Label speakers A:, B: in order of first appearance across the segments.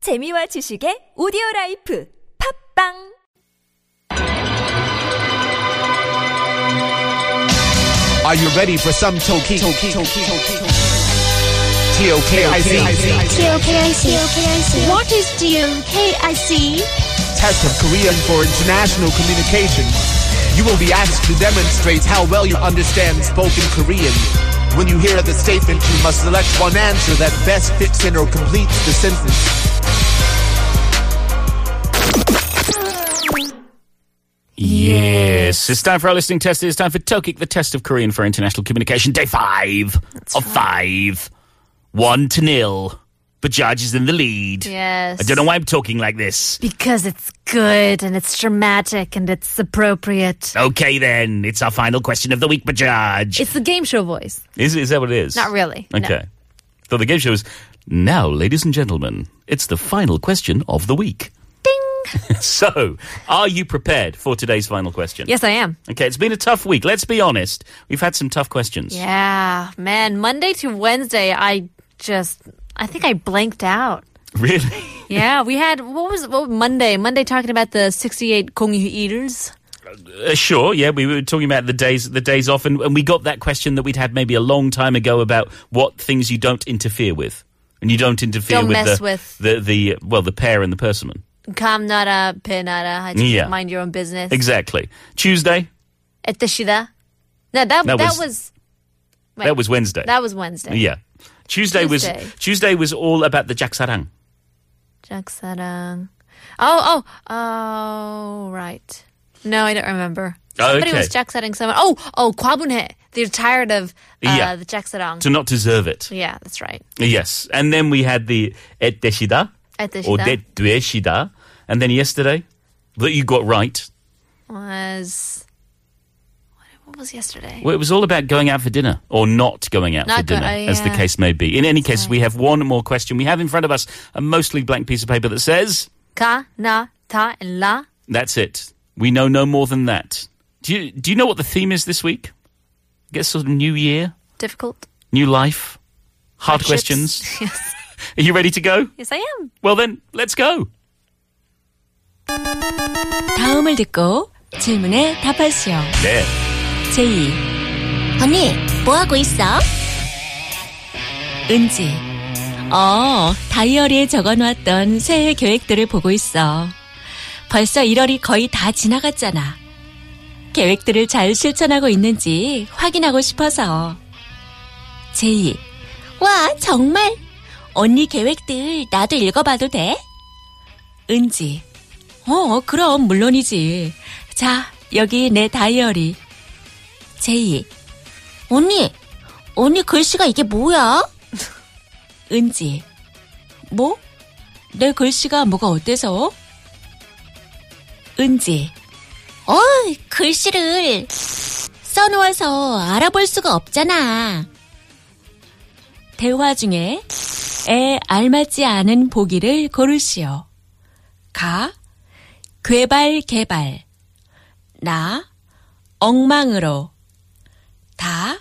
A: 재미와 지식의 오디오 라이프 팝빵
B: Are you ready for some Toki? Toki, Toki, TOKIC.
C: TOKIC. What is TOKIC?
B: Test of Korean for International Communication. You will be asked to demonstrate how well you understand spoken Korean. When you hear the statement, you must select one answer that best fits in or completes the sentence.
D: Yes, it's time for our listening test. It's time for Tokik, the test of Korean for international communication, day five of five. One to nil. Bajaj is in the lead.
E: Yes.
D: I don't know why I'm talking like this.
E: Because it's good and it's dramatic and it's appropriate.
D: Okay, then. It's our final question of the week, Bajaj.
E: It's the game show voice.
D: Is, is that what it is?
E: Not really, no.
D: Okay. So the game show is now, ladies and gentlemen, it's the final question of the week. Ding! so, are you prepared for today's final question?
E: Yes, I am.
D: Okay, it's been a tough week. Let's be honest. We've had some tough questions.
E: Yeah, man. Monday to Wednesday, I just, I think I blanked out.
D: Really?
E: Yeah, we had what was what was Monday? Monday talking about the sixty-eight Kongyu eaters.
D: Uh, sure. Yeah, we were talking about the days the days off, and, and we got that question that we'd had maybe a long time ago about what things you don't interfere with, and you don't interfere
E: Don't
D: with,
E: mess
D: the,
E: with.
D: the the well the pair and the personman.
E: Kamnara, penara, I just
D: Yeah.
E: mind your own business.
D: Exactly. Tuesday.
E: Eteshida. No, that
D: That
E: that
D: was-
E: was, wait,
D: That was Wednesday.
E: that was Wednesday.
D: yeah. Tuesday,
E: Tuesday.
D: was Tuesday was all about the jaksarang.
E: 짝사랑. Oh, oh, oh, right. No, I don't remember.
D: Oh,
E: But it was
D: okay.
E: 짝사랑 someone. Oh, oh, 과분해. They're tired of uh,
D: Yeah.
E: the 짝사랑.
D: To not deserve it.
E: yeah, that's right.
D: Yes. And then we had the etdeshida or
E: Eteshida
D: detdueshida, and then yesterday that you got right.
E: was what was yesterday?
D: Well, it was all about going out for dinner or not going out for
E: Not go-
D: dinner,
E: oh,
D: as the
E: yeah.
D: case may be. In any case, we have one more question. We have in front of us a mostly blank piece of paper that says,
E: Ka, na, ta, and la.
D: "That's it. We know no more than that." Do you do you know what the theme is this week? I guess sort of new year,
E: Difficult.
D: new life, hard
E: Hardships.
D: questions.
E: yes.
D: Are you ready to go?
E: yes, I am.
D: Well then, let's go.
F: 다음을 듣고 질문에 답하시오.
D: There.
F: 제2.
C: 언니, 뭐 하고 있어?
F: 은지. 어, 다이어리에 적어놨던 새해 계획들을 보고 있어. 벌써 1월이 거의 다 지나갔잖아. 계획들을 잘 실천하고 있는지 확인하고 싶어서. 제2. 와, 정말? 언니 계획들 나도 읽어봐도 돼? 은지. 어, 그럼 물론이지. 자, 여기 내 다이어리. 제2.
C: 언니, 언니 글씨가 이게 뭐야?
F: 은지. 뭐? 내 글씨가 뭐가 어때서? 은지.
C: 어, 글씨를 써놓아서 알아볼 수가 없잖아.
F: 대화 중에 에 알맞지 않은 보기를 고르시오. 가. 괴발 개발. 나. 엉망으로. 다.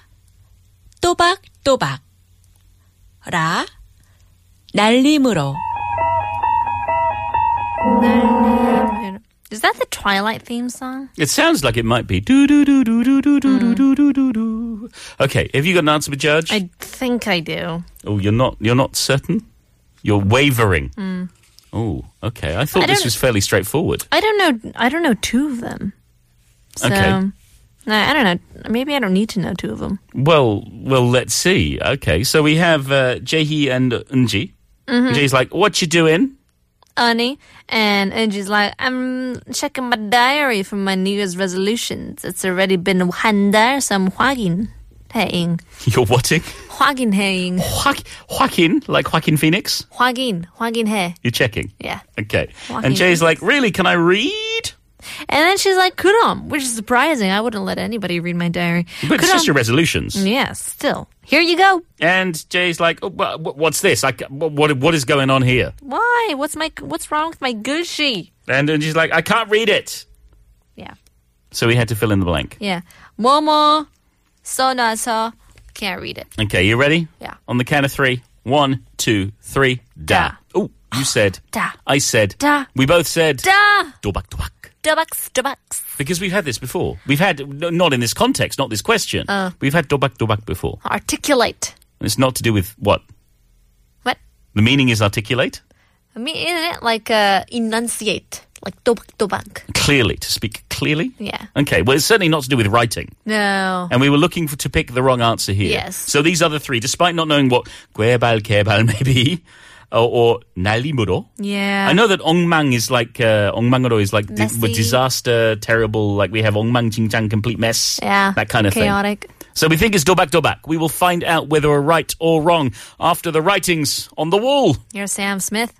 F: 또박또박. 라. 날림으로.
E: Is that the Twilight theme song?
D: It sounds like it might be. Do do do do do do do do do do do do. Okay, have you got an answer, Judge?
E: I think I do.
D: Oh, you're not you're not certain? You're wavering. Oh, okay. I thought
E: Hmm. I
D: this
E: don't-
D: was fairly straightforward.
E: I don't know. I don't know two of them. So,
D: Okay.
E: I, I don't know. Maybe I don't need to know two of them.
D: Well, well, let's see. Okay, so we have uh, Jaehee and Unji.
E: Mm-hmm.
D: Jaehee's like, "What you doing?"
E: Annie and Angie's like, I'm checking my diary for my New Year's resolutions. It's already been 한 달, so I'm 확인 해잉.
D: You're whatting?
E: 확인 해잉.
D: Joaqu- Joaquin, like Joaquin Phoenix.
E: 확인, 확인해.
D: You're checking.
E: Yeah.
D: Okay.
E: Joaquin
D: And Jay's like, "Really? Can I read?"
E: And then she's like, 그럼, which is surprising. I wouldn't let anybody read my diary. Mm,
D: But it's just your resolutions.
E: Yeah, still. Here you go.
D: And Jay's like, oh, wha- wha- "What's this? I, ca- wha- what what is going on here?"
E: Why? What's my what's wrong with my Gucci?
D: And Unji's like, "I can't read it."
E: Yeah.
D: So we had to fill in the blank.
E: Yeah. 뭐뭐 써놔서 can't read it.
D: Okay, you ready?
E: Yeah.
D: On the count of three. One, two, three, da.
E: Da. Ah,
D: Oh, You said.
E: Da.
D: I said.
E: Da.
D: We both said.
E: Da.
D: Dobak, dobak.
E: Starbucks, Starbucks.
D: Because we've had this before. We've had, n- not in this context, not this question.
E: Uh.
D: We've had dobak, dobak before.
E: Articulate.
D: And it's not to do with what?
E: What?
D: The meaning is articulate?
E: I mean, isn't it like uh, enunciate? Like dobak, dobak.
D: Clearly, to speak clearly?
E: Yeah.
D: Okay, well, it's certainly not to do with writing.
E: No.
D: And we were looking for, to pick the wrong answer here.
E: Yes.
D: So these other three, despite not knowing what Guebal Kebal may be, or, or Nalimuro.
E: Yeah.
D: I know that Ongmang is like, uh, Ongmanguro is like di-
E: Messy.
D: disaster, terrible, like we have Ongmang Jingjang, complete mess.
E: Yeah.
D: That kind of thing.
E: Chaotic.
D: So we think it's Dobak Dobak. We will find out whether we're right or wrong after the writings on the wall.
E: You're Sam Smith.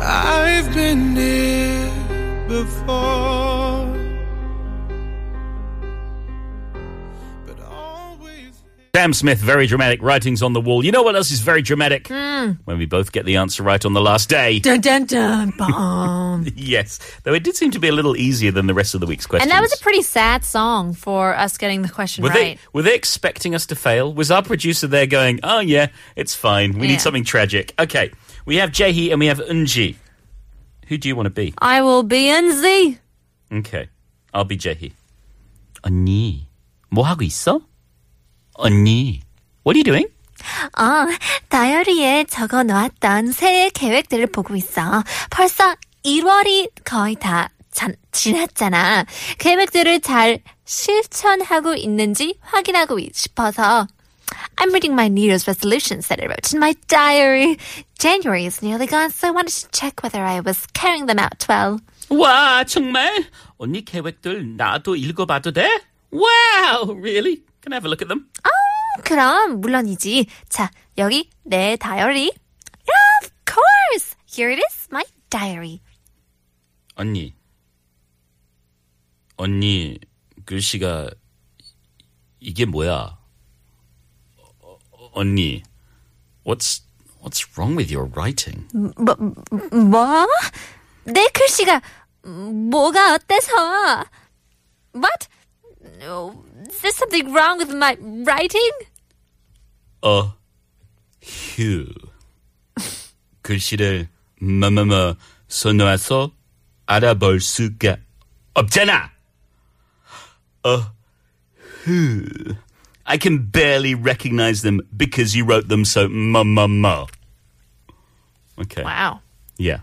G: I've been here before, but always.
D: Sam Smith, very dramatic writings on the wall. You know what else is very dramatic?
E: Hmm.
D: When we both get the answer right on the last day.
E: Dun dun dun. Bomb.
D: yes. Though it did seem to be a little easier than the rest of the week's questions.
E: and that was a pretty sad song for us getting the question
D: were
E: right.
D: they were they expecting us to fail? Was our producer there going, "Oh yeah, it's fine. We
E: Yeah.
D: need something tragic." Okay, we have Jehi and we have Unji. Who do you want to be?
E: I will be in Z.
D: Okay, I'll be Jehi. 언니, 뭐 하고 있어? 언니, what are you doing?
H: 어, 다이어리에 적어 놓았던 새해 계획들을 보고 있어. 벌써 1월이 거의 다 잔- 지났잖아. 계획들을 잘 실천하고 있는지 확인하고 싶어서. I'm reading my New Year's resolutions that I wrote in my diary. January is nearly gone, so I wanted to check whether I was carrying them out well.
D: 와, 정말? 언니 계획들 나도 읽어봐도 돼? Wow, really? Can I have a look at them?
H: 그럼 물론이지. 자, 여기 내 다이어리. Yeah, of course. Here it is, my diary.
D: 언니, 언니 글씨가 이게 뭐야? 어, 어, 언니, what's what's wrong with your writing?
H: 뭐, 뭐? 내 글씨가 뭐가 어때서?
E: What? No. Is there something wrong with my writing?
D: 어, 휴. 글씨를 뭐뭐뭐 써놓아서 알아볼 수가 없잖아. 어, 휴. I can barely recognize them because you wrote them so 뭐뭐뭐. Okay.
E: Wow.
D: Yeah.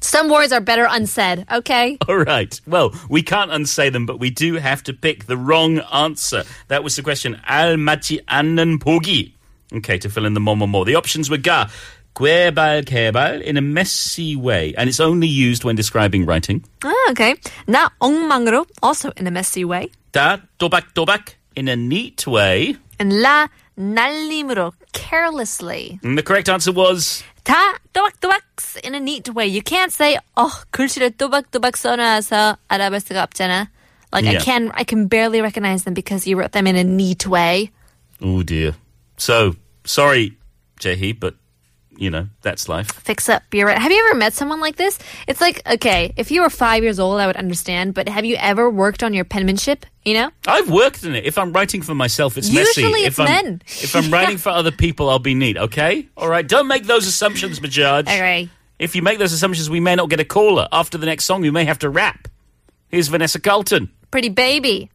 E: Some words are better unsaid, okay?
D: All right. Well, we can't unsay them, but we do have to pick the wrong answer. That was the question. Al mati annan pogi. Okay, to fill in the more, more, more. The options were ga, guebal kebal in a messy way, and it's only used when describing writing.
E: Ah, okay. Na ongmangro, also in a messy way.
D: Da, dobak, dobak in a neat way.
E: And la nallimro, carelessly.
D: And the correct answer was
E: Ta dobak dobaks in a neat way. You can't say, oh, 글씨를 dobak dobak 써놔서 알아볼 수가 없잖아. Like I
D: Yeah.
E: can, I can barely recognize them because you wrote them in a neat way.
D: oh dear. So sorry, Jehi, but you know that's life.
E: Fix up, you're right. Have you ever met someone like this? It's like, okay, if you were five years old, I would understand. But have you ever worked on your penmanship? You know,
D: I've worked in it. If I'm writing for myself, it's messy.
E: Usually it's
D: if I'm,
E: men.
D: If I'm writing for other people, I'll be neat. Okay, all right. Don't make those assumptions, Bajaj.
E: All right.
D: If you make those assumptions, we may not get a caller after the next song. We may have to rap. Here's Vanessa Carlton.
E: pretty baby.